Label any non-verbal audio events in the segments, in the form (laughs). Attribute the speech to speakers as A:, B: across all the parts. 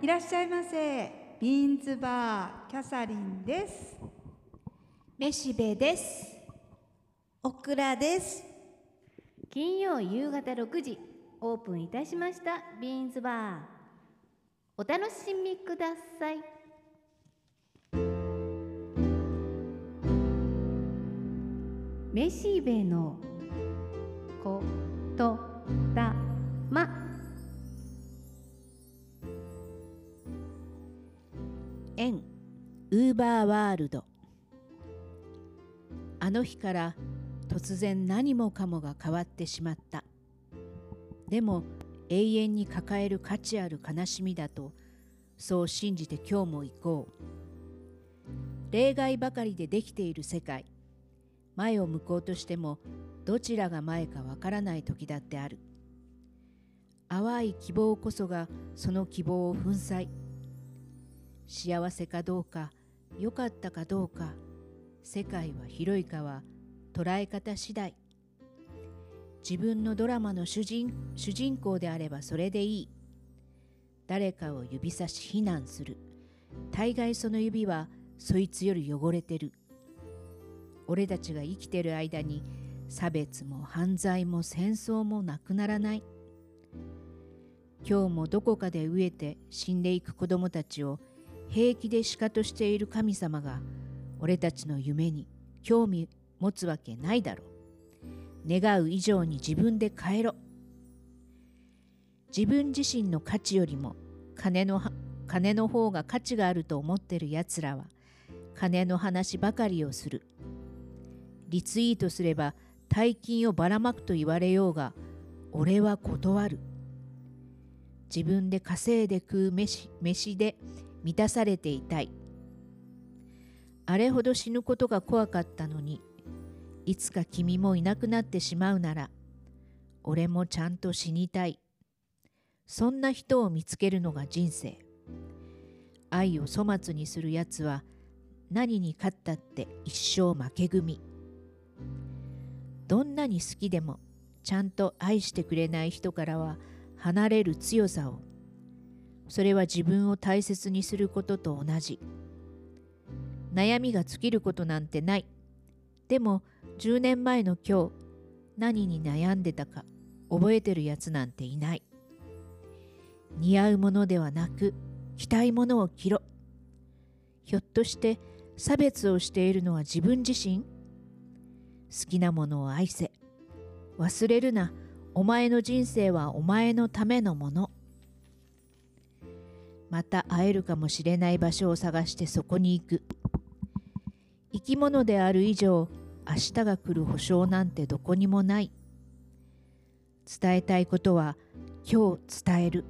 A: いらっしゃいませ。ビーンズバーキャサリンです。
B: めしべです。
A: オクラです。
B: 金曜夕方6時オープンいたしましたビーンズバー。お楽しみください。めしべのことだま
C: 園ウーバーワールドあの日から突然何もかもが変わってしまったでも永遠に抱える価値ある悲しみだとそう信じて今日も行こう例外ばかりでできている世界前を向こうとしてもどちらが前かわからない時だってある淡い希望こそがその希望を粉砕幸せかどうか良かったかどうか世界は広いかは捉え方次第自分のドラマの主人主人公であればそれでいい誰かを指差し非難する大概その指はそいつより汚れてる俺たちが生きてる間に差別も犯罪も戦争もなくならない今日もどこかで飢えて死んでいく子供たちを平気で鹿としている神様が俺たちの夢に興味持つわけないだろう願う以上に自分で変えろ自分自身の価値よりも金のは金の方が価値があると思ってるやつらは金の話ばかりをするリツイートすれば大金をばらまくと言われようが俺は断る自分で稼いで食う飯飯で満たされていたいあれほど死ぬことが怖かったのにいつか君もいなくなってしまうなら俺もちゃんと死にたいそんな人を見つけるのが人生愛を粗末にするやつは何に勝ったって一生負け組どんなに好きでもちゃんと愛してくれない人からは離れる強さをそれは自分を大切にすることと同じ悩みが尽きることなんてないでも10年前の今日何に悩んでたか覚えてるやつなんていない似合うものではなく着たいものを着ろひょっとして差別をしているのは自分自身好きなものを愛せ忘れるなお前の人生はお前のためのものまた会えるかもしれない場所を探してそこに行く生き物である以上明日が来る保証なんてどこにもない伝えたいことは今日伝える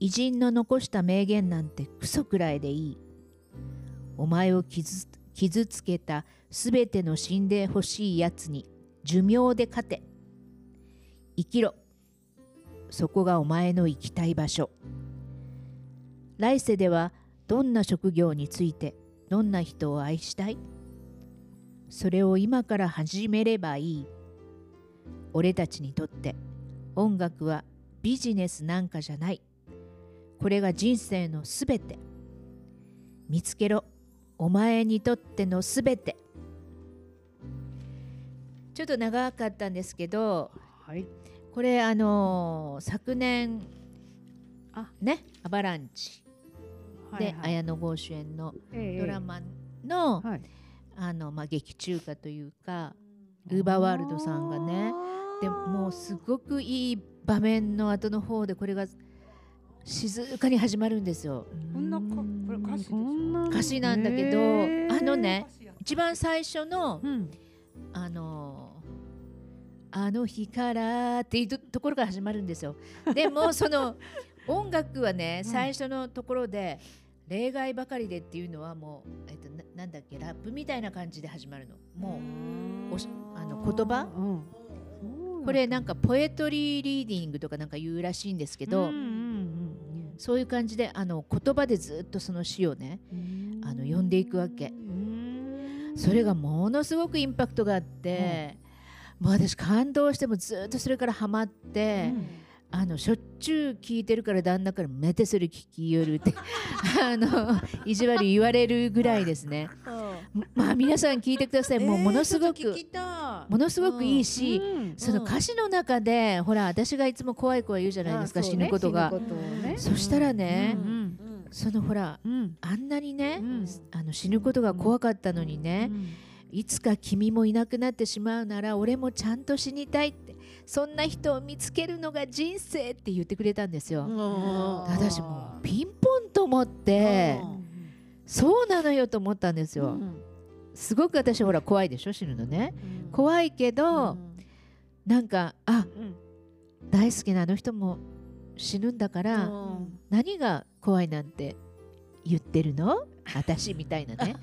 C: 偉人の残した名言なんてクソくらいでいいお前を傷つ傷つけたすべての死んでほしいやつに寿命で勝て生きろそこがお前の行きたい場所来世ではどんな職業についてどんな人を愛したいそれを今から始めればいい俺たちにとって音楽はビジネスなんかじゃないこれが人生のすべて見つけろお前にとってのすべてちょっと長かったんですけど
D: はい。
C: これあのー昨年ね「アバランチ」
D: はい
C: で、
D: はい
C: 綾野剛主演の
D: ええ
C: ドラマの,、
D: はい。
C: あのまあ、劇中歌というかウーバーワールドさんがねでもうすごくいい場面の後の方でこれが静かに始まるんですよ。
A: こんなかこれ歌詞でしょ
D: こんな
C: 歌詞なんだけど、
D: へ
C: あ
D: ー
C: のね一番最初の
D: うん。
C: あのーあの日からっていうとところから始まるん
D: (laughs)
C: ですよ。でもその音楽はね
D: うん
C: 最初のところで、例外ばかりでっていうのはもう、えっと、ななんだっけラップみたいな感じで始まるのもうおしあの言葉
D: うん。
C: これなんかポエトリーリーディングとかなんか言うらしいんですけ
D: け
C: ど、
D: うんうん
C: そういう感じであの言葉でずっとその詩をね
D: うんうん。
C: あの呼んでいくわけ
D: うん。
C: それがものすごくインパクトがあって、もう私感動してもずっとそれからハマって。
D: うん
C: あのしょっちゅう聞いてるから旦那から「またそれ聞きよる」って (laughs) あの意地悪言われるぐらいですね。まあ皆さん聞いてください。もうものすごく、
D: えーちょっと聞きたい
C: ものすごくいいし、
D: うん
C: その歌詞の中で、ほら私がいつも怖い怖い言うじゃないですか、
B: あそう
C: 死
B: ね
C: ぬことが
B: 死ぬことをね
C: そしたらね、
B: うん
D: うん
C: そのほら
D: うん
C: あんなにね、
D: うん
C: あの死ぬことが怖かったのにね、いつか君もいなくなってしまうなら俺もちゃんと死にたいってそんな人を見つけるのが人生って言ってくれたんですよ、
D: うん
C: 私もうピンポンと思って、そうなのよと思ったんです
D: う
C: よ、
D: ん
C: すごく私ほら怖いでしょ死ぬのね
D: うん
C: 怖いけど、なんかあ
D: うん
C: 大好きなあの人も死ぬんだから、
D: うん
C: 何が怖いなんて言ってるの私みたいな
D: (laughs)
C: ね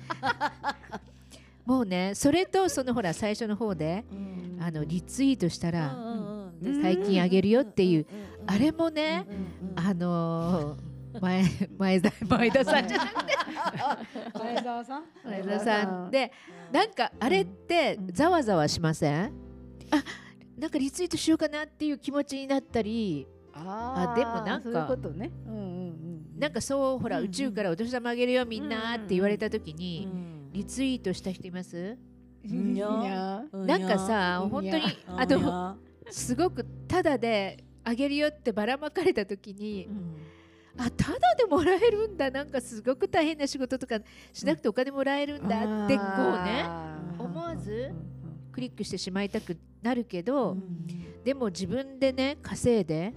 C: もうねそれとそのほら最初の方で
D: うん
C: あのリツイートしたら、
D: うん
C: うん最近あげるよっていう、
D: うんうんうんうん
C: あれもね、
D: うんうん
C: あのー前前田前田さんじゃなくて
A: 前澤さん。
C: 前田さんでなんかあれってざわざわしませんあなんかリツイートしようかなっていう気持ちになったり
D: あー
C: あでもなんか
D: そういうことねうんうんう
C: なんかそうほら、
D: うんうん
C: 宇宙からお年玉あげるよみんなって言われた時に、
D: うん
C: リツイートした人います
D: うんにゃ
A: いいな
D: うん
C: なんかさ
D: うん
C: 本当に
D: うん
C: あの
D: うんや
C: すごくタダであげるよってばらまかれた時に
D: う、ん
C: あタダでもらえるんだなんかすごく大変な仕事とかしなくてお金もらえるんだってこうね
D: うん
C: 思わず
D: うん
C: クリックしてしまいたくなるけど、
D: うん
C: でも自分でね稼いで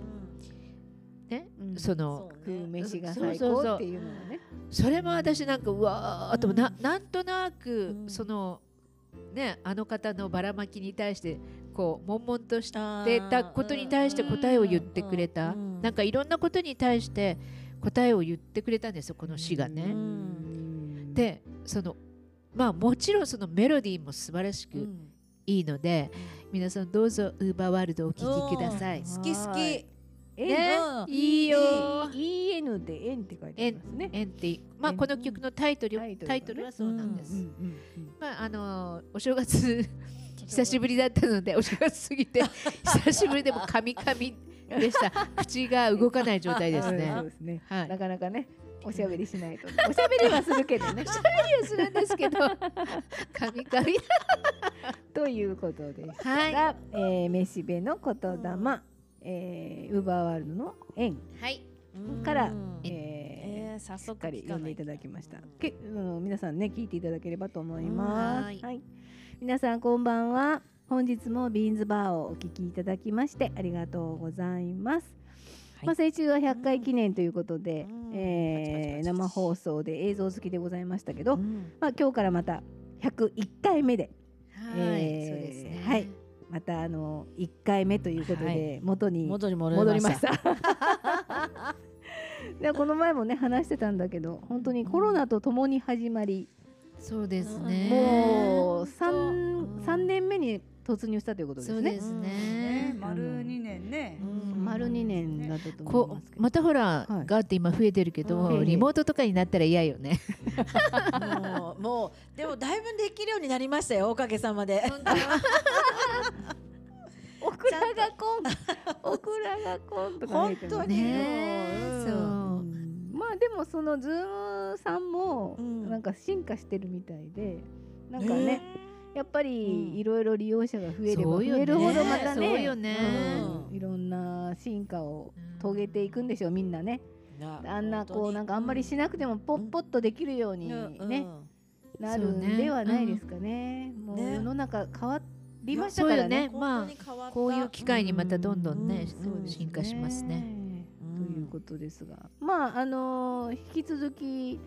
C: ね、
D: うん
C: その
D: 食う飯が
C: そう
D: 最
C: そうそう
D: 高っていうのはね
C: それも私なんかうわーっと
D: うん
C: ななんとなく、
D: うん
C: そのねあの方のばらまきに対してこう悶々としてたことに対して答えを言ってくれた、なんかいろんなことに対して答えを言ってくれたんですよこの詩がね。
D: うん、
C: でそのまあもちろんそのメロディーも素晴らし
D: う
C: く
D: ん
C: いいので、皆さんどうぞウーバーワールドをお聴きください。
A: 好き好き。
D: え
C: ね
D: うん
C: いいよー
D: EN で円って書いてありますね
C: エンティまあこの曲のタイトル
D: タイトルがね
C: タイトルはそうなんです。
D: うんうんうん
C: まああのお正
D: (laughs)
C: 月久しぶりだったのでお正月過ぎて久しぶりでもカミカミでした口が動かない状態ですね
D: うんそう。ですね
C: はい、
D: なかなかねおしゃべりしないとおしゃべりはするけどね
C: するんですけどカミカミ
D: ということです
C: だ。はい
D: が、えー、飯部の言霊、えー、ウーバーワールドの縁
C: はい
D: から
A: うん
D: え
A: え
D: ー
A: ー早
D: しっか
A: 速
D: り
A: 聞か
D: 読ん
A: な
D: で
A: い
D: いた
A: と
D: だきました。け、あの皆さんね聞いていただければと思います。
C: うんは
D: はいい、皆さんこんばんは。本日もビーンズバーをお聞きいただきましてありがとうございます。
A: はい
D: まあ、先週は100回記念ということで、
A: うん
D: えー生放送で映像好きでございましたけど、
A: うん
D: まあ今日からまた101回目で
C: はい
D: えー
C: そうですね
D: はいまたあの1回目ということ
A: は
D: で元に
A: 戻り戻
D: 戻
A: り
D: り
A: ま
D: ま
A: し。
D: したた。 (laughs) でこの前もね話してたんだけど本当にコロナとともに始まり、
C: そうですね
D: もう
C: 本
D: 三三年目に突入したというこ
C: 当
D: とで
C: そ
D: す
C: うで
D: ね。
C: す
A: ね
C: ね
A: 丸二年ね。
D: うん丸二年だったと思い
C: こ
D: ますけ
C: う
D: ど。
C: またほら、
D: はい
C: ガーって今増えてるけど、
D: うん
C: リモートとかになったら嫌よね。
E: もうもうでもだいぶできるようになりましたよおかげさまで。 (laughs)
D: オクラがコン、オクラがコンとか入ってます
E: 本当に
C: ね
E: うん
C: そう
D: まあでもそのズームさんも
E: うん
D: なんか進化してるみたいで、なんかねやっぱりいろいろ利用者が増えれば
C: そ
D: 増
C: うよね
D: えるほどまたね
C: そうよね
D: うんいろんな進化を
C: うん
D: 遂げていくんでしょうみんなねあんなこうなんかあんまりしなくてもポッポッとできるようにねなるんではないですかねもう
E: ね
D: 世の中変わりましたからね
C: そうよねま
E: あ
C: こういう機会にまたどんどんね、
E: うんうんうん
C: 進化しますね。
D: ということですが、まああのー引き続き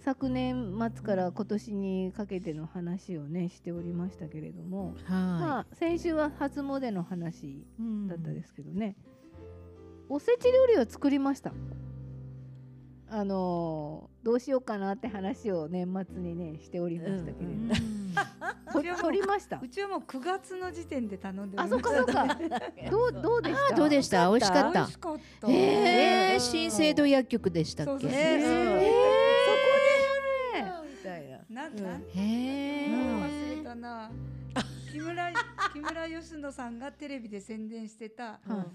D: 昨年末から今年にかけての話をねしておりましたけれども、
C: は
D: まあ先週は初詣の話
C: い、うん
D: だったですけどね、おせち料理を作りましたあのーどうしようかなって話を年末にねしておりましたけれど、
C: うん
D: と取りました
A: うちはもう九月の時点で頼んでお
D: あ
A: り
D: そ
A: ま
D: っ
A: した。
D: かそっ
E: (laughs)
D: かどうどうでした
C: どうでした美味しかっ
A: 美
C: た
A: 味し。かった。
C: え
A: う
C: え
A: ん
C: 新生堂薬局でした
A: そ
C: っ
A: う
C: け。
A: そう
C: へ
E: ね
D: ね
E: みたいな。
A: な
E: うん
A: なん
C: え
A: 忘れたな。 (laughs) 木村木村佳乃さんがテレビで宣伝してた。なん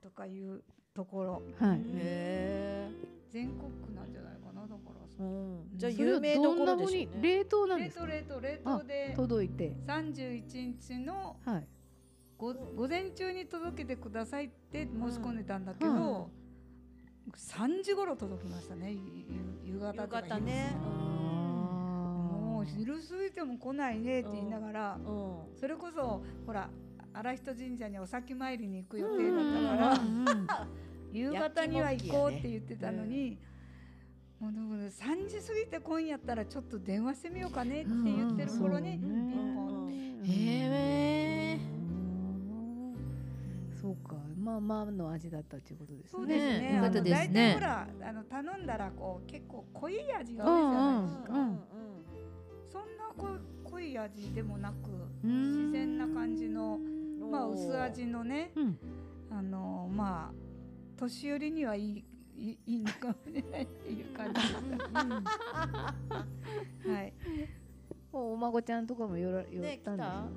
A: とかいうところ
D: はい
E: へえ。
A: 全国区なんじゃないかなだからそ
E: うんじゃあ
D: それ
E: 有
D: は
E: 名どこ
D: どんな
E: ろ
D: ふ
E: で
D: う
E: し
D: に
E: ょうね。
D: 冷凍なん
A: 冷
D: です
A: 凍
D: か
A: 冷凍冷凍で
D: 届いて
A: 31日の
D: はい
A: ご午前中に届けてくださいって申し込んでたんだけど、
D: うん
A: 3時頃届きましたねゆゆ夕方
E: よ
A: と
E: か
A: か
E: ったね。
A: もう
D: あ
A: 昼過ぎても来ないねって言いながら、
E: うん。うん
A: それこそほら荒人神社にお先参りに行く予定だったから、夕方には行こうって言ってたのに、もうでも3時過ぎて今夜ったらちょっと電話してみようかねって言ってる頃に、
D: うんうん
A: ピンポン
E: へえ。
D: そうかまあまあの味だったということです
A: そう
D: ね
A: です
C: ね
A: ね。
C: よか
A: あ
C: った
A: の
C: です
A: 大体
C: ね
A: ほら、あの頼んだらこう結構濃い味が多いじゃないですか。
D: うんうん
A: そんなこ濃い味でもなく、
D: うん
A: 自然な感じの
E: うん
A: まあ薄。味のね、
D: うん
A: あのまあ年寄りにはいいいいいいのかもしれないっていう感じ。
D: (laughs)
A: はい。
D: おお孫ちゃんとかもよら寄
E: ね
D: っ
E: 来
D: た
E: た。
D: ん
E: う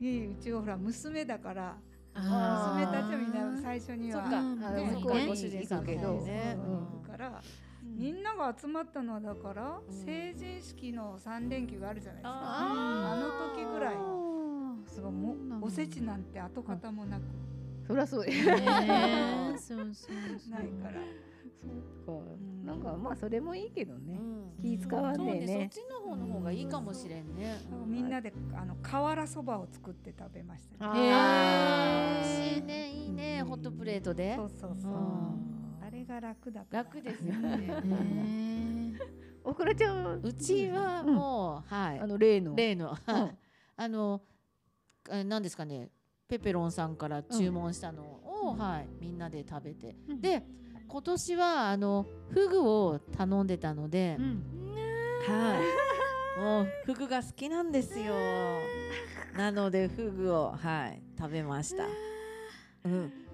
D: ですよ
E: ん
A: いいうちはほら娘だから
C: あー
A: 娘たちはみんな最初に
E: そっ
A: は
E: か。
C: うん
D: あ
E: ね
D: 向こう
E: ね
D: ご主人さんの
E: 行くけどね
A: そう行くから、みんなが集まったのはだから、
E: うん
A: 成人式の三連休があるじゃないですか。
E: あ
A: あの時ぐらい
E: ー
A: すごいもおせちなんて跡形もなく
D: そりゃそうです
C: ねえそうそうそう
A: ないから、
D: そうか
A: ん
D: なんかまあそれもいいけど
E: う
D: ね
E: ん
D: 気使わ
E: そ
D: ん
E: う
D: で
E: ね
D: ね。
E: そっちの方の方がいいかもしれんね。
A: みんなであの瓦そばを作って食べましたね、
C: へ
E: あ
C: ー
E: ー美味しいねいいねホットプレートで
A: そ。うそうそう、
E: うん
A: あれが楽だから
E: 楽ですよね。
C: ね
D: (laughs) おくらちゃんは
E: うちはもうはい
D: あ。の例の
E: 例の、あのあ何ですかねペペロンさんから注文したのを、はい、みんなで食べて、
D: うん
E: で今年はあのフグを頼んでたので、はい、もうフグが好きなんですよなのでフグを、はい、食べました、うん、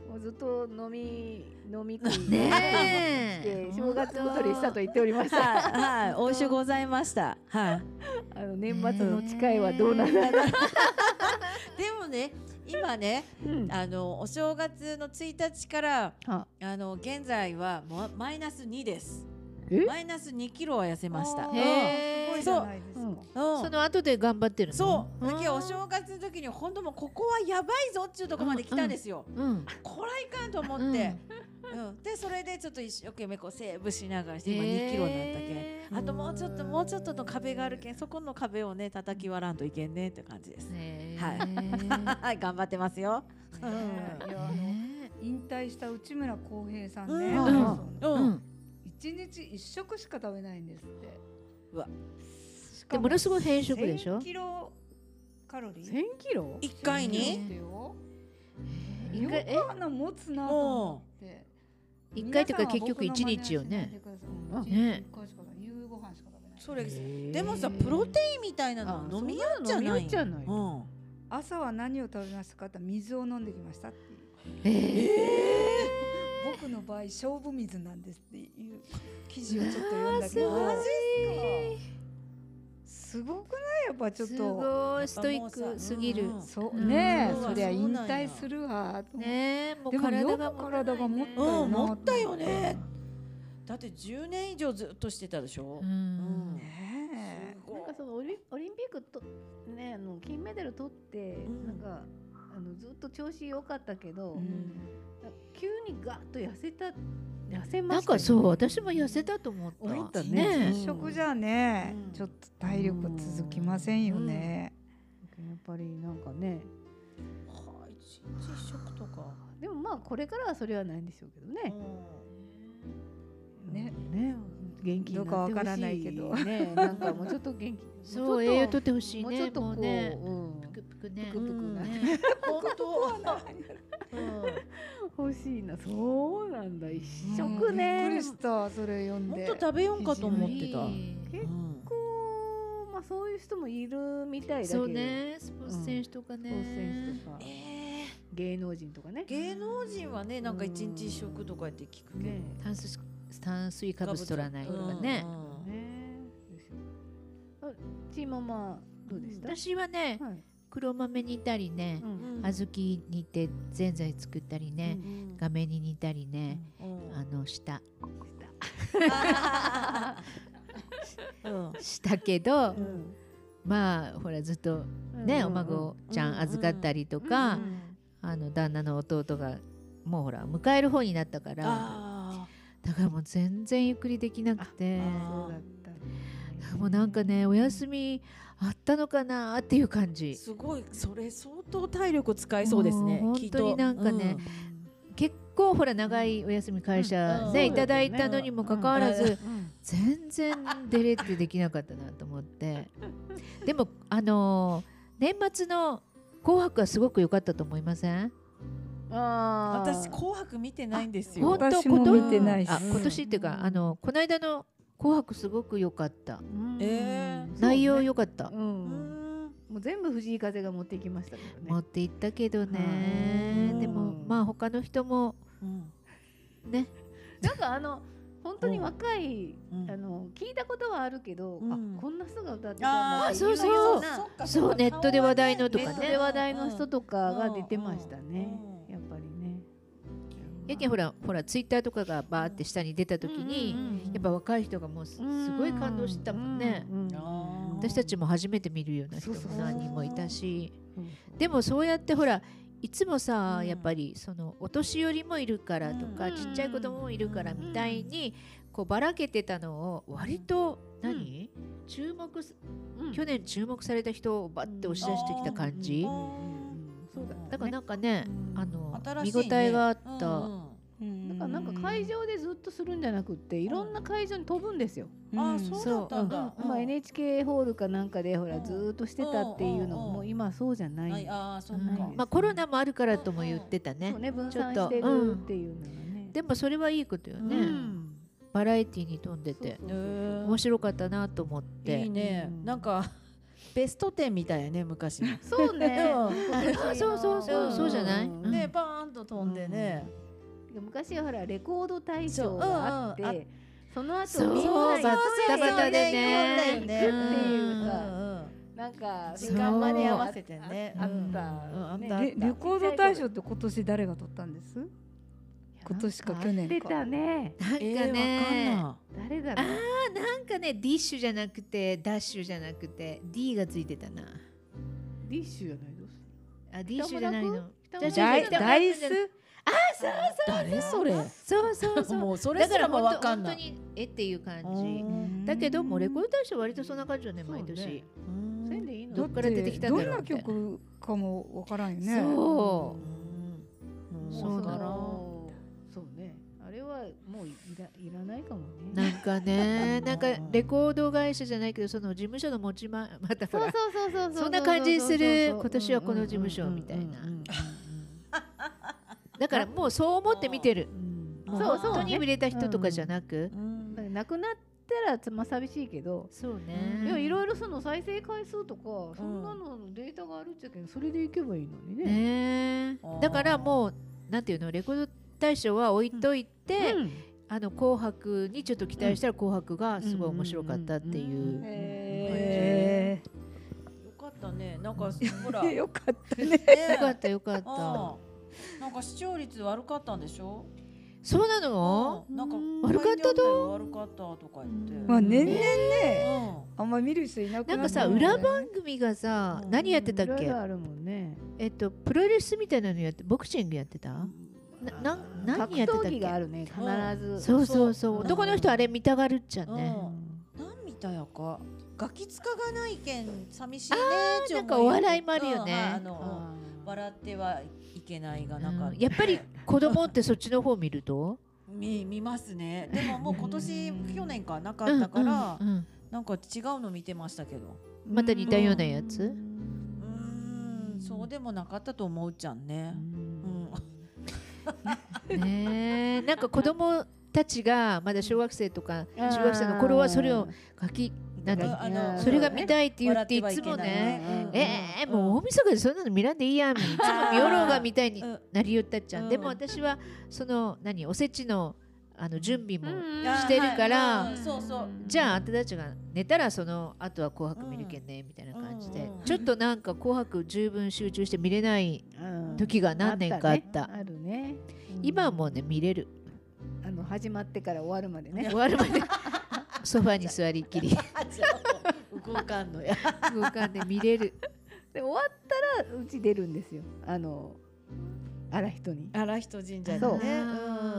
D: もうずっと飲み飲み食
C: え
D: いして
C: ね
D: 正月太りしたと言っておりました
E: はい、はい、美味しゅうございましたはい
D: あの年末の誓いはどうなんだろう
E: (laughs) でもね今ね
D: うん
E: あのお正月の1日から
D: あ
E: あの現在はもうマイナス2です
D: え。
E: マイナス2キロは痩せました。
A: あ
E: う
A: ー
E: ん
C: へー
A: すごいじゃないですか、
D: うん
E: うん
C: その後で頑張ってるの
E: そう。だけどお
C: う
E: 正月の時に本当もうここはやばいぞっていうとこまで来たんですよ。
C: ん
E: こらいかんと思って。うん。でそれでちょっと一生懸命こうセーブしながらして今2キロになったけん。
C: け
E: あともうちょっともうちょっとの壁があるけんそこの壁をね叩き割らんといけんねって感じです。
C: ね
E: はい
C: ね
E: はい頑張ってますよ。
A: ねえいやあの引退した内村航平さんね、ダ
E: うん
A: イソンの
E: う。
C: うんん
A: 一日一食しか食べないんですって
E: うわ
A: し
C: でものすごい偏食でしょ
A: 1000キロカロリー
D: 千キロ
E: 一回に。
A: よ
C: 一回え
A: くあんな持つなと思って
C: 一回というか結局一日よね。
A: 皆さんは僕の真似はしないでくださいうん一日一回しか食べない夕ご飯しか食べない。
E: それでもさプロテインみたいなのは飲み屋じゃない。
D: 飲み屋じゃない
E: うん。
A: 朝は何を食べましたかって水を飲んできましたっていう。僕の場合勝負水なんですっていう記事をちょっと読んだけど。
C: うわー
A: すごくないやっぱちょっ
C: す
A: と。
C: ごいストイックすぎる
E: うんうん
A: そう
C: うん
A: ねえ、
C: うん
A: そりゃ
E: そう
A: 引
E: なんや
A: 退するわ。
C: ねえもう
A: でもよ
C: 体
A: く
C: が
A: 体が持った
E: う
A: よ
E: ん、
A: な
E: 持ったよね。だって10年以上ずっとしてたでしょ。
C: う
E: うん
A: ねえ
E: すご
D: なんか
E: い
D: そのオリオリンピックとねあの金メダル取って、
E: ん
D: なんかあのずっと調子良かったけど、
E: うん
D: なんか急にガッと痩せた痩せま
C: なん
D: した
C: か
D: よ
C: そう私も痩せたと思った
D: 思ったね
C: ね
A: 一食じゃね、
E: うん
A: ちょっと体力続きませんよね。
D: やっぱりなんかね
E: はい、一日食とか。
D: でもまあこれからはそれはないんでしょうけどね、
A: ね
D: ね元気に
A: ど
D: なってほし
A: うかわからないけど
D: ねなんかもうちょっと元気
C: そう
D: もちょっと
C: 栄養とってほしい
D: もうちょっ
C: ね
D: とこ
C: も
D: う
C: うね
D: うん
C: ぷくぷくね
D: ぷくぷくな
C: ね
E: 本当。う
D: (laughs)
E: ん
D: 欲しいなそうなんだ一
A: うん
D: 食ね、
A: びっくりした、それ読ん
E: もっ
A: で。
E: と食べようかと思ってた。
C: う
E: うん
C: ん
D: こうまあそういう人もいるみたいだけ
C: そ
D: ど
C: うねスポーツ選手とか
D: ス
C: ね
D: ポーツ選手とか
E: えー
D: 芸能人とかね
E: 芸能人はね、なんか一日食とかって聞くけ
D: ね
E: ど。
C: 炭水炭水化物取らないとかね
E: うん
D: ねよいしょあちーママどうでした、
C: 私はね
D: はい
C: 黒豆煮たりね、
E: うん
C: 小豆煮てぜんざい作ったりね、
E: うん
C: 画面に煮たりね、
E: うん
C: あのした
E: (laughs) うん
C: したけど、
E: うん
C: まあほらずっとね、お孫ちゃ
E: うん
C: ん預かったりと
E: う
C: か、
E: ん
C: あの旦那の弟がもうほら迎える方になったから
E: あ
C: だからもう全然ゆっくりできなくて
E: あ
D: だったね
C: もうなんかねお休みあったのかなっていう感
E: ー
C: じ
E: すごいそれ相当体力使いそうですね
C: もう
E: きっと
C: 本当になんかね結構ほら長いお休み会社
E: うん
C: で
E: う
C: い
E: ん
C: ただいたのにもかかわら
E: うん
C: ず全然デレってできなかったなと思ってでもあのー年末の「紅白」はすごく良かったと思いません
D: あー
E: 私紅白見てないんですよ
C: 本当
A: 私も見てないし
C: あ今年っていうか、
D: うん
C: あのこの間の「紅白」すごく良かった
D: うん
E: えー
D: そうね
C: 内容良かった、
D: う
E: うんん
D: もう全部藤井風が持ってきましたからね
C: 持って行ったけど
E: う
C: ね
E: ん
C: でもまあ他の人も
E: うん
C: ね
D: なんかあの本当に若い、
E: うん
D: あの聞いたことはあるけど、
E: うん
D: あこんな人が歌ってたん
E: あ
D: だ
E: ー
C: そうそう
E: 今言
D: 今
E: そっか
C: そう
E: そっか
C: ネットで話題のと
D: ネ
C: か
D: ット
C: ね
D: で話題の人
E: うん
D: とかが出てましたね、
E: うん
D: やっぱりね
C: やけんほらほらツイッターとかがバーって下に出た時に、やっぱ若い人がもうすすごい感動してたもんね、
D: うんうん
E: あー
C: 私たちも初めて見るような人も
D: そうそうそう
C: 何人もいたし
D: うん
C: でもそうやってほらいつもさ、
E: うん
C: やっぱりそのお年寄りもいるからとか、
E: うん
C: ちっちゃい子供もいるから
E: うん
C: みたいに、こうばらけてたのを割と何、注目す
D: うん
C: 去年注目された人をバッて押し出してきた感じ、
E: うんうん
D: うんそうだったね
C: だからなんかね、
E: うん
C: あの
E: 新
C: 見
E: しいね
C: 応えがあっ
E: うん
C: た、
D: だからなんか会場でずっとするんじゃなくっていろんな会場に飛ぶんですよ、
E: うんあーそうだったんだ
D: まあ、
E: うん
D: NHK ホールかなんかでほら
E: うん
D: ずーっとしてたっていうのが
E: うん
D: もう今そうじゃない、
E: はいあーそっか
D: ないです
C: まあ、コロナもあるからとも言ってたね,、
D: そうね分散
C: ちょっ
D: し
C: と
D: てるっていうのがね、
C: でもそれはいいことよね、
E: うん
C: バラエティに富んでて
D: そう
E: へー
C: 面白かったなと思って
E: いいね
D: うん
E: なんかベスト10みたいやね昔の
D: そうね。 (laughs)
C: あそうそうそう、
E: うん
C: そうじゃない、
D: うん
E: ねバーンと飛んでね
D: 昔はほらレコード大賞があって、
E: そううん
D: その後
C: そう
D: みんな
C: バ
D: が
C: ッタバタでね
E: そうだよね
D: 行くっていう
E: う
D: さ
E: んうんうん
D: なんか
E: 時
C: そう
E: 間まで合わせてね
D: ああっ
E: うんうんあ
D: た
E: っ
D: ね
E: たあっ
D: で
A: レ
E: た
A: レコード大賞って今年誰が取ったんです今年か去
D: 出
A: 年か
D: たね。
C: なんか
E: えーわかん
C: ね、
E: な
D: 誰だろう。
C: なんかねディッシュじゃなくてダッシュじゃなくて D がついてたな
D: ディッシュじゃないどうす
C: あ D ッシュじゃないの
D: 北
C: じゃ
D: 村
A: ダ
C: じゃ
D: 君
A: イ
C: じゃ
A: ダイス
E: 誰それ
C: そうそうそう
E: もうそれ
C: だ
E: す
C: から
E: らも
C: 本
E: わ
C: 当
E: か
C: 本
E: んな
C: 当
E: い
C: に絵っていう感
E: う
C: じ
E: ん
C: だけどもうレコード大賞割とそんな感じよね
D: そうね
C: 毎年
E: うん
D: それでいい
C: ど
D: の
C: っから出てきたんだろう
A: どんな曲かもわからんよね
C: そう
E: うん
D: も
C: そうだな
D: のそうね。あれはもういらいらないかもね。
C: なんかねなんかレコード会社じゃないけどその事務所の持ちままたほら
D: そうそうそう
C: そんな感じする今年はこの事務所みたいなだからもうそう思って見てる
E: うん
D: そう
C: 本
D: そう
C: 当に
D: ね
C: 売れた人とかじゃなく
E: うん
D: なくなったらつま寂しいけど、
C: そうね
D: いやい
C: い
D: ろいろその再生回数とか、そんなのデータがあるっちゃけんそれでいけばいいのにね。
C: ね
E: あー
C: だからもうなんていうのレコード大賞は置いといて、
D: うん
C: あの紅白にちょっと期待したら紅白がすごい面白かったっていう。
D: うんうんうんうん
A: へ
E: よかったねなんかほら
A: えよかったね
C: よかっ
E: ね
C: たよかった。
E: うんなんか視聴率悪かったんでしょ
C: そうなの？
E: うんなんか
C: 悪かった
E: と悪かったとか言って
A: まあ年々ね
E: う
A: あ
E: ん
A: んま見る人いなくな
C: なん
A: っ
C: かさ
A: たもんね
C: 裏番組がさ、
E: うん
C: 何やってたっ
D: いろい
C: け
D: ろ？あるもんね。
C: えっとプロレスみたいなのやってボクシングやってた？なな何やってたっけ
D: 格闘技があるね、必ず。
C: そうそうそう
E: そう
C: 男の人あれ見たがるっちゃね。
E: なんみたやかガキ使がないけん寂しいねって
C: なんかお笑いもあるよね
E: うんはいあ
D: あ
E: の
D: ー
E: 笑ってはいけないが
C: う
E: なんか
C: んやっぱり子供ってそっちの方見ると？
E: 見見ますねでももう今年去年かなかったから
C: うんうんうん
E: なんか違うの見てましたけど
C: また似たようなやつ
E: うーんそうでもなかったと思うじゃんねうん
C: ねえなんか子供たちがまだ小学生とか中学生の頃はそれを書きなんていうの
E: あの
C: それが見
E: いった
C: いって言っていつもねえー、もう大晦日でそんなの見らんでいいやんいつも見よろうがみたいになりよったっちゃん、
E: うん
C: でも私はその何おせちのあの準備も
B: うん
C: してるから、
E: はいうんそうそう
C: じゃああんたたちが寝たらそのあとは「紅白」見るけんね、みたいな感じで、ちょっとなんか「紅白」十分集中して見れない
D: うん
C: 時が何年かあった
D: あねあるね。うん
C: 今はもうね見れる
D: あの始まってから終わるまでね。
C: 終わるまでソファに座りっきり
E: 動かんのや
C: 動かんで見れる
D: (laughs) で終わったらうち出るんですよ。あの荒人に。
E: (laughs) 荒人神社
D: そう
E: にね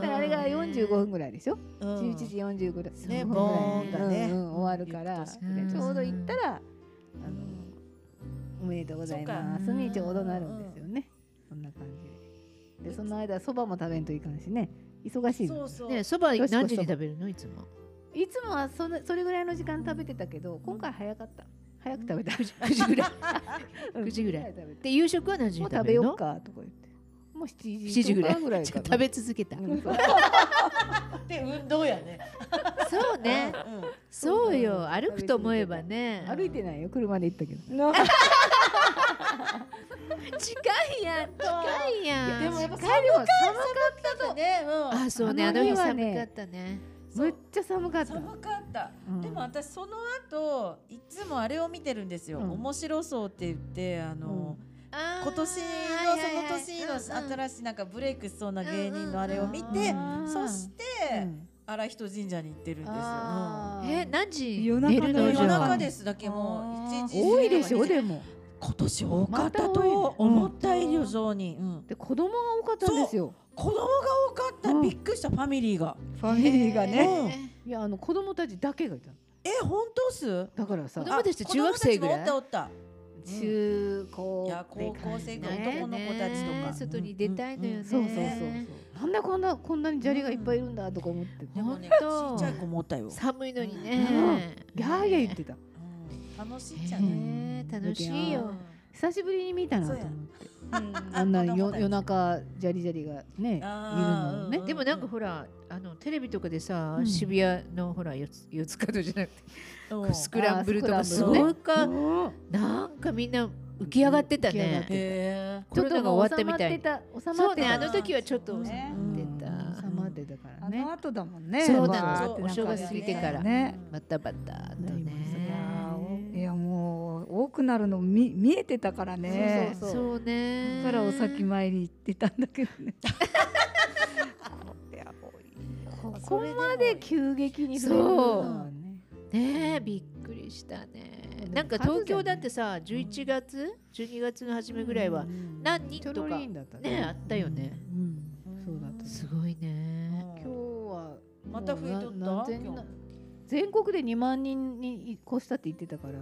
D: だからあれが45分ぐらいでしょ。
E: うん
D: 11時45分ぐらい。
E: ね
D: ぐ
E: ボーン
D: ら
E: が
D: い
E: ね
D: うんうん終わるから、で
C: うん
D: ちょうど行ったら
E: うん
D: あのおめでとうございま
C: そ
D: す
C: うか
D: にちょうどなるんですよね。そんな感じで。でその間そばも食べんといかんしね。忙しいの
E: そうそう
C: ねそば
D: よし
C: 何時に食べるのいつも
D: いつもはそのそれぐらいの時間食べてたけど、今回早かった。早く食べた。
C: 9時ぐ
D: (laughs)
C: らい
D: うん
C: 9時ぐらい。
D: 食べた
C: で夕食は何時
D: も
C: に
D: う
C: 食べ
D: 食べ
C: る
D: よう
C: の
D: かとか言って。もう7
C: 7
D: 時
C: 時ぐ
D: と
C: らい
D: かぐらいかな。
C: 食べ続けた
D: うんそう
E: で運動やね
C: そうね
E: う
C: そうよ歩くと思えばね
D: 歩いてないよ。車で行ったけど。
C: 近いやん近いや
E: ん
C: ん
E: でもやっぱ寒
D: 帰りも
E: かったねうん
C: あそうねあの日
D: あの日は
C: 寒
D: ね
C: かったね
E: そう
D: むっちゃ寒かった。
E: 寒かった
D: うん
E: でも私その後いつもあれを見てるんですよ、
D: うん
E: 面白そうって言ってあの、
C: あー
E: 今年の
C: はいはいはい
E: その年の新しいなんかブレイクしそうな芸人のあれを見て、
C: うんうん
E: そして
D: うん
E: 荒人神社に行ってるんですよ、
D: あー
C: え何時
A: 夜中の
C: 寝る
E: うん
C: のじ
E: 夜
C: ゃ
E: 中
C: あ
E: ですだけもう1時
D: 多いでしょ
E: 過ぎとか
D: で
E: に
D: も。
E: 今年多かったと思った以上に、うん
D: で子供が多かったんですよ。
E: 子供が多かった、
D: うん
E: びっくりしたファミリーが
A: ファミリーがね、
D: いやあの子供たちだけがいたの。
E: え本当っす
D: だからさ
C: 子、供たちって中学生ぐらい
E: あ子供たちもおったおった
D: 中高
E: いや
D: って
E: 高校
D: 感
E: 生
D: じ
E: ぐ
D: の
E: らい男の子たちとか
C: ね外に出たいのよね、
D: そうそうそうそう。なんでこんなこんなに砂利がいっぱいいるんだとか思ってて
E: でもね
C: ほんと
E: ちっちゃい子もおったよ、
C: 寒いのにね、
D: ギャーギャー言ってた。
E: うん楽しいじゃね、
C: ねえ楽しいよ
D: 久しぶりに見たなと思っ
E: そ
D: て。
A: うん
D: あんな
E: 子供
D: よ
E: たち
D: 夜中ジャリジャリがねいる
E: あー
D: のを
E: う
D: ね
E: ん。
C: でもなんかほらあのテレビとかでさ、
D: うん
C: 渋谷のほら四つ四つ角じゃなくて
E: うん
C: スクランブルと
D: あ
C: か
D: ース
C: す
D: クランブル
C: ご
D: ね
C: いか、なんかみんな浮き上がってた
D: 浮き上が
C: ね
D: ってた
E: へ
C: コロナが終わったみたいに
D: 収ま
C: そ
D: っ
C: う
D: て
C: ね
D: た
C: あの時はちょっと収まって
A: ね
C: た、
D: 収まってたから
A: あ
D: ね
A: の。後だもんね
C: そう
D: だ
A: わー
E: そ
A: っ
E: う
A: て
C: お正月過ぎてから、
A: ね
C: バタバタと
D: なりました
A: いや
C: ね
A: ーおいやもう多くなるの見見えてたからね
D: そう
C: そうね
A: だからお先参り行ってたんだけど
D: (laughs)
A: ねいやもう
D: ここまで急激に増えるのはね。
C: ねえびっくりしたね
D: も
C: なんか
D: 数じゃ
C: 東京
D: な
C: だ
D: い
C: ってさ11月12月の初めぐらいは何人
D: ちょ
C: と
D: ろ
C: か
D: り
C: ね
D: んだった
C: えあったよね
D: うんそうだった。
C: すごいね
D: 今日は
E: また増えとった
D: もう何千人
E: 今日
D: 全国で2万人に越したって言ってたから、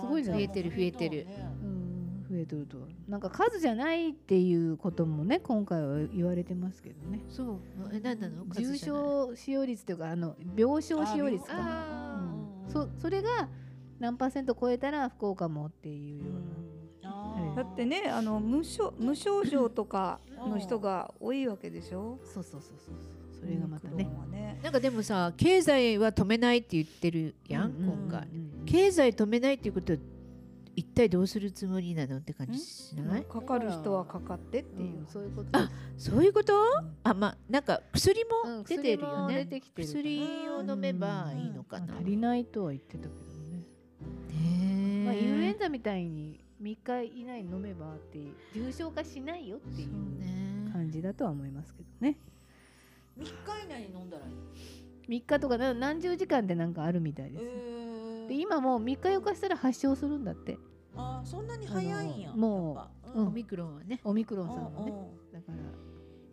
D: すごいじゃん
C: 増えてる増えてる
D: うん、増えとるとなんか数じゃないっていうこともね今回は言われてますけどね
C: そうえ何なの
D: 重症使用率というかあの病床使用率
E: あ病
D: か、う
C: あ
D: ん、そそれが何パーセント超えたら福岡もっていうよう
A: だってねあの無症無症状とかの人が多いわけでしょ
D: なそうそうそうそうそうそれがまたね
A: オミクロンはね
C: ーなんかでもさ経済は止めないって言ってるやん、
D: うんうん
C: 今回
D: うんうん
C: 経済止めないっていうことは一体どうするつもりなのって感じしない、
A: かかる人はかかってっていう
D: うん、そういうことです
C: そういうこと、あまあなんか薬
D: う
C: も
D: ん
C: 出てるよね、
D: 薬も出てきてるから
C: 薬を飲めばいいのかな、
D: 足りないとは言ってたけどね、
C: ね
D: まあ、インフルエ
C: え
D: ンザみたいに3日以内に飲めばっていう重症化しないよっていう
C: ね
D: 感じだとは思いますけどね
E: 3日以内に飲んだらいい
D: 3日とかな何十時間でなんかあるみたいですよ、
E: え
D: で今もう3日4日したら発症するんだって
E: あーそんなに早いんや
D: あのもう
E: やっぱ
D: うん
C: オミクロンはね
D: オミクロンさんはねだから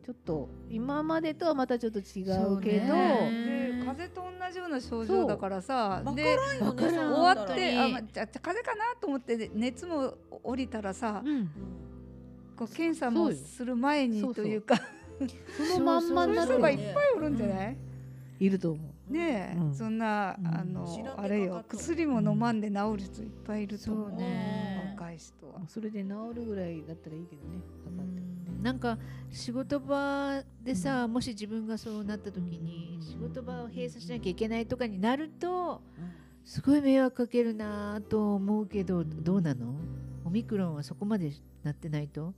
D: ちょっと今までとはまたちょっと違うけど
C: そうね
A: で風邪と同じような症状だからさ
E: うんうん
A: で
E: わからんよね
A: 終
E: そん
A: わ
E: な
A: っ
E: の
A: て
C: 本当
A: あ、
C: に
A: まあ、じゃあじゃあ風邪かなと思って熱も降りたらさ
D: うん
E: うん
A: こう検査
D: そう
A: も
D: よ
A: する前に
D: そうそ
A: と
D: う
A: いうか
D: そのまんまにな
A: そういう人
D: る
A: が
D: ば
A: いっぱいおるんじゃない、
D: いると思う
A: ねえ、
D: うん
A: そんな、
D: うん
A: あ
E: 知ら
A: のあ
E: んでかかっとる
A: れよ薬も飲まんで治る人いっぱいいると思う,、
C: そう
E: ね
A: 若い人は
D: もう。それで治るぐらいだったらいいけどねかかってもね
C: なんか仕事場でさ、もし自分がそうなった時に、
D: うん
C: 仕事場を閉鎖しなきゃいけないとかになるとすごい迷惑かけるなと思うけどどうなのオミクロンはそこまでなってないと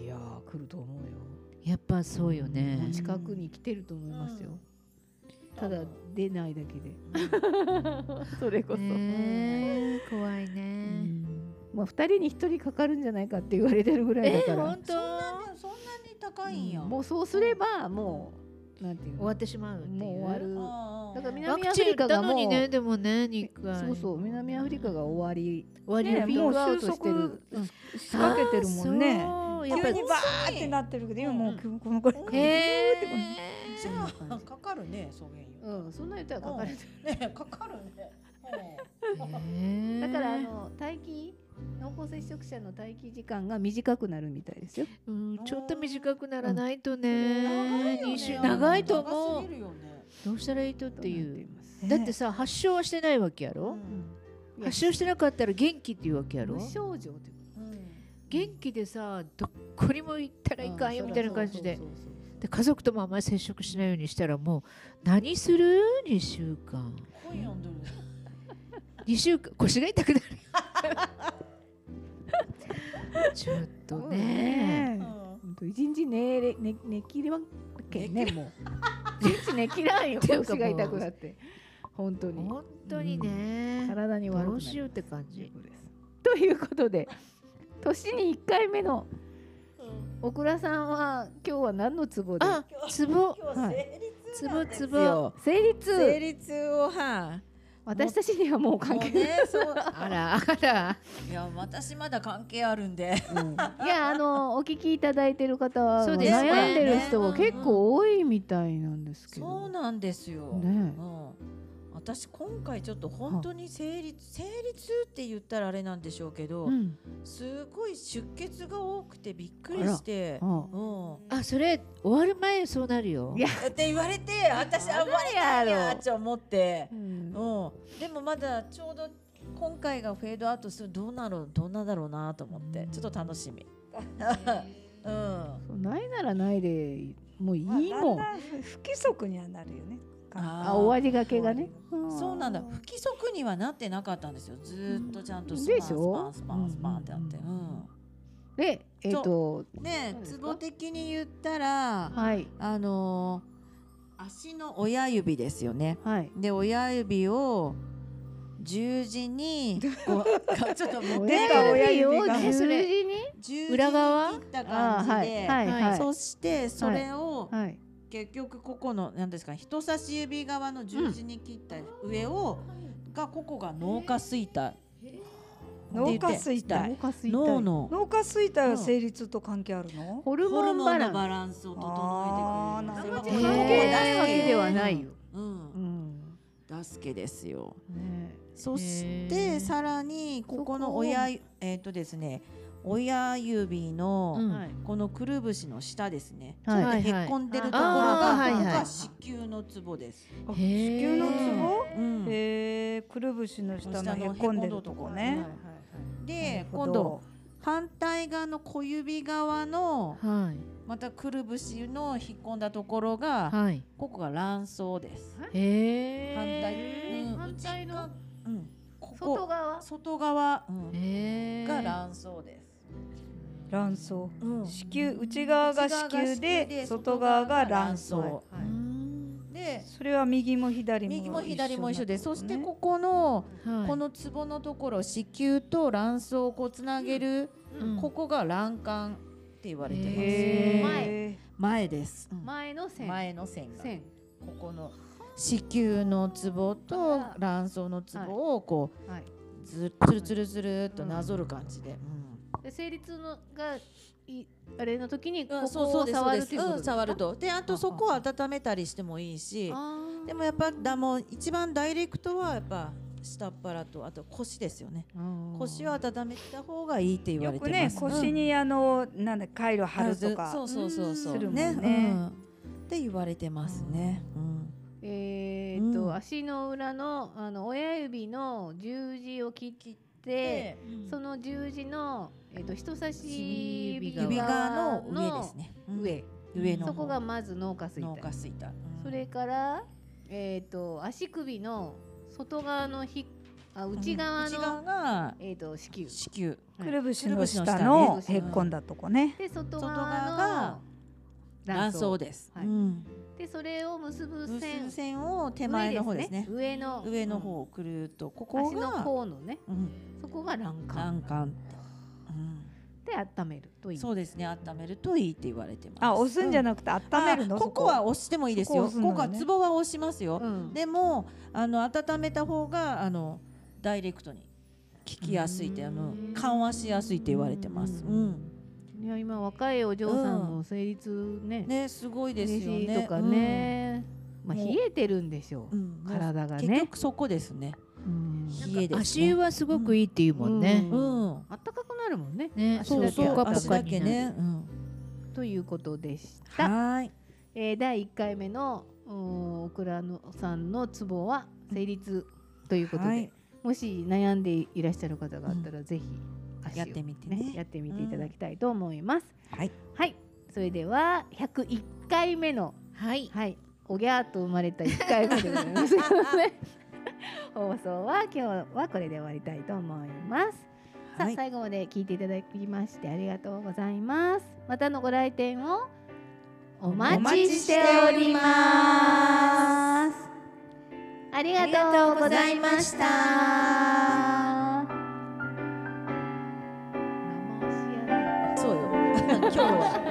D: いやー来ると思うよ
C: やっぱそうよ
D: もう
C: ね。
D: 近くに来てると思いますよ、ただ出ないだけでそれこそ、
C: ねえ怖いうね。
D: んまあ、2人に1人かかるんじゃないかって言われてるぐらいだから、
E: 当そんなにそんなに高いんや、
D: もうそうすればもうなんていう
C: 終わ
D: の
C: ってしまうっていう。
D: もう終わる
E: ああ
D: だから
C: ワ
D: 南
C: ク
D: アフ
C: チン
D: リ
C: 行
D: カ
C: った
D: が
C: の
D: もう
C: にねでもね二回。
D: そうそう南アフリカが終わり
C: 終わり
A: ね
C: よピ
A: も
C: ー
A: う
C: クアウ
A: 収
C: トしてる。
A: 束しかけてるもんね
C: そう
A: 急
C: やっぱり
A: にバーってなってるけど今もうこのこれ
E: うん
C: へ
A: ってこ
C: ー
E: じゃあかかるねそげんよ
D: うんそんな言ったらかかる
E: ねかかるね
C: へ
D: だ
C: ー
D: からあの待機濃厚接触者の待機時間が短くなるみたいですよ。
C: うんちょっと短くならないと
E: 長
C: ね
E: いよね
C: 二週長いと思
E: 長す
C: う
E: ぎるよね
C: どうしたらいいとっていう
D: う
C: だってさ発症はしてないわけやろ
D: うん
C: 発症してなかったら元気っていうわけやろ
D: 無症状ってこと
C: 元気でさどっこにも行ったらいかんよみたいな感じで
D: そうそうそう
C: で家族ともあんまり接触しないようにしたらもう何する2週間
E: 本読んでる
C: 2週間腰が痛くなるちょっと
D: そう
C: ね
D: ほんと一日寝れ寝寝切りわけねもう一日寝切ら
C: (laughs)
D: んよ
C: ていう
D: 腰
C: かもう
D: が痛くなって本当に
C: 本当にね
D: 体に悪く
C: ど
D: なりま
C: う
D: す
C: しようって感じ
D: ですということで年に一回目の小倉さんは今日は何のツボで
C: あつぼつぼつぼ
D: 成
F: 成
D: 立
F: 立をは
D: 私たちにはもう
F: もう
D: 関係ない
F: ねそう
C: あらあら
E: いや私まだ関係あるんで
D: いやあのお聞きいただいてる方は
C: そうですね
D: 悩んでる人は結構多いみたいなんですけど。
E: そうなんですよ、
D: ね
E: うん、私今回ちょっと本当に生理生理痛って言ったらあれなんでしょうけど、
D: うん
E: すごい出血が多くてびっくりして、
D: あ
E: うん、
C: あそれ終わる前そうなるよ
D: いや
E: って言われ
D: (laughs)
E: て私あんまりないなって思って、うん、でもまだちょうど今回がフェードアウトするどうなるどんなだろうなと思ってちょっと楽し
D: (laughs)
E: み。うん
D: そうないならないでもういい
A: まあ
D: もん。
A: だんだん不規則にはなるよね
D: あ終わりがけがね。
E: そうなんだ不規則にはなってなかったんですよずーっとちゃんとス
D: で
E: パン
D: し
E: ス
D: ょ
E: パンスパンスパンってあって、
D: う
E: うんん、
D: でえっ、と
E: ね
D: そ
E: え
D: うです
E: ツ
D: か
E: ボ的に言ったら
D: はい
E: あのー足の親指ですよね
D: はい。
E: で親指を十字にこ
D: (laughs)
E: うちょっともう
A: 出た親指
D: を
A: が
D: 十字に
E: 十字に
C: 裏側
E: 切った
D: あ
E: 感じで、
D: はいはいはい
E: そしてそれを
D: はい
E: 結局ここの何ですか人差し指側の十字に切った上を、がここが脳下垂体
A: 脳下垂
E: は
A: 体
E: い
D: 脳下垂体
E: 脳の
A: 脳下垂体は生理痛と関係あるの
D: ホル
E: ホ
D: モ
E: ル
D: ン
E: モ
D: バ
E: ン
D: ラ
E: の
D: ン
E: バランスを整えてくれる
A: あーなるほど
E: それ
A: 関
E: はもう
D: 係ないわ
E: 出す
D: けではないよ。
E: うん
D: ス。うん。
E: 出すけですよ。
D: ね
E: そし
C: へー
E: てさらにここの親えっ、とですね親指の、
C: うん
D: はい
E: このくるぶしの下ですね。
D: はい
C: はい
E: へっこんでるところ
C: あー
E: が、
C: はいはい
E: ここが子宮のツボです。
A: あ子
C: へー
A: 宮のツボ
E: うん
A: へえくるぶしの下のへっこんでるとこ
E: はい
A: ね
E: で
A: なるほ
E: 今
A: ど
E: 度反対側の小指側の
C: はい
E: またくるぶしの引っ込んだところが
C: はい
E: ここが卵巣です。
C: へえ
E: 反対、うん、
D: 反対
E: 内
D: の
E: 側うん、こ
D: 外
E: こ
D: 側
E: 外側、うん
C: へえ
E: が卵巣です。
A: 卵巣
E: うん
A: 子宮内側が子宮で外側が卵巣
E: で
A: それは右も左も
E: 右も左も一緒で、そして
A: こ
E: ここの、
C: はい
E: このツボのところ子宮と卵巣をこうつなげる、
C: うん
E: ここが卵管って言われてます、
C: へー
A: 前
E: 前です、うん
D: 前の線
E: 前の線が
D: 線
E: ここの子宮のツボと
D: あ
E: 卵巣のツボをこ
D: はい。
E: うずつるつるつるっとなぞる感じで、
D: で生理痛のがいあれの時に
E: う
D: こ
E: ん
D: こを触るっていうこ
E: う
D: とで
E: ん
D: すか
E: 触るとであとそこを温めたりしてもいいし、
D: あー
E: でもやっぱだもう一番ダイレクトはやっぱ下っ腹とあと腰ですよね。腰を温めた方がいいって言わ
A: よ
E: れて
A: く
E: ま
A: ね
E: す。
A: 腰にあのなんだ回路貼ると
E: うんそ
A: か
E: うそうそうそう
A: するもんね
E: ね。うんって言われてますね。うん
D: えーっと、
E: うん
D: 足の裏のあの親指の十字を切って、その十字の、えーっと人差し指
E: 指側の
D: 側
E: 上ですね。うん
D: 上
E: 上の方
D: そこがまず脳下垂
E: 脳
D: 体
E: 下垂体。うん
D: それから、えーっと足首の外側のひあ内側
E: 内
D: の、
E: 側が
D: えーっと子宮
E: 子宮。
A: くるぶし
E: くる
A: の
E: ぶしの
A: 下
E: 下
A: の
E: の
A: へっこんだとこね
D: で外
E: 外
D: 側の
E: 側が断層です。
D: はい
E: うん
D: でそれを結ぶ
E: 無
D: 線
E: 線線を手前の方ですね。
D: 上の
E: 上の方をくるっとこ
D: うん
E: こ
D: 足の
E: が、
D: 甲のね
E: うん、
D: そこが欄干
E: 欄干って、
D: で温めると
E: う
D: い
E: ん、
D: い
E: そうですね。温めるといいって言われてます。
A: あ押すんじゃ
E: な
A: なくて温めるの、
E: ここは押してもいいですよ。
A: そこ押す
E: こ
A: のね
E: こはツボは押しますよ。
D: うん
E: でもあの温めた方があのダイレクトに聞きやすいってあの緩和しやすいって言われてます。
D: う
E: うんん。
D: いや今若いお嬢さんの成立ね
E: ねすごいですよ
D: 嬉し
E: ね。
D: いとかね、まあ
E: もう
D: 冷えてるんでしょ
E: う
D: う、
E: ん。うん。も
D: 体が
E: う
D: ね
E: 結局そこですね。
D: うん
E: 冷えですね。
C: 足湯はすごくいいっていうもんね。
D: う
E: うん。
D: あったかくなるもんね
C: ね、
D: そう
C: そう
D: そ
C: ポ
D: う
C: カポ
E: 足
C: カ
E: だ
C: に
E: け
C: ね。
E: ね。うん。
D: ということでした、
E: はい。
D: えー第1回目のおーオクラのさんのツボは成立ということで、
E: はい
D: もし悩んでいらっしゃる方があったら、ぜひ足を
E: やってみて
D: ね
E: ね。
D: やってみていただきたいと思います、
E: はい
D: はいそれでは101回目の
C: はい。
D: はい、おぎゃーと生まれた1回目でございます
E: (laughs)
D: 放送は今日はこれで終わりたいと思います。さあ、
E: はい
D: 最後まで聞いていただきましてありがとうございます。またのご来店をお待ちしております。ありがとうございました。生足やね
E: (laughs) そうよ。今日は。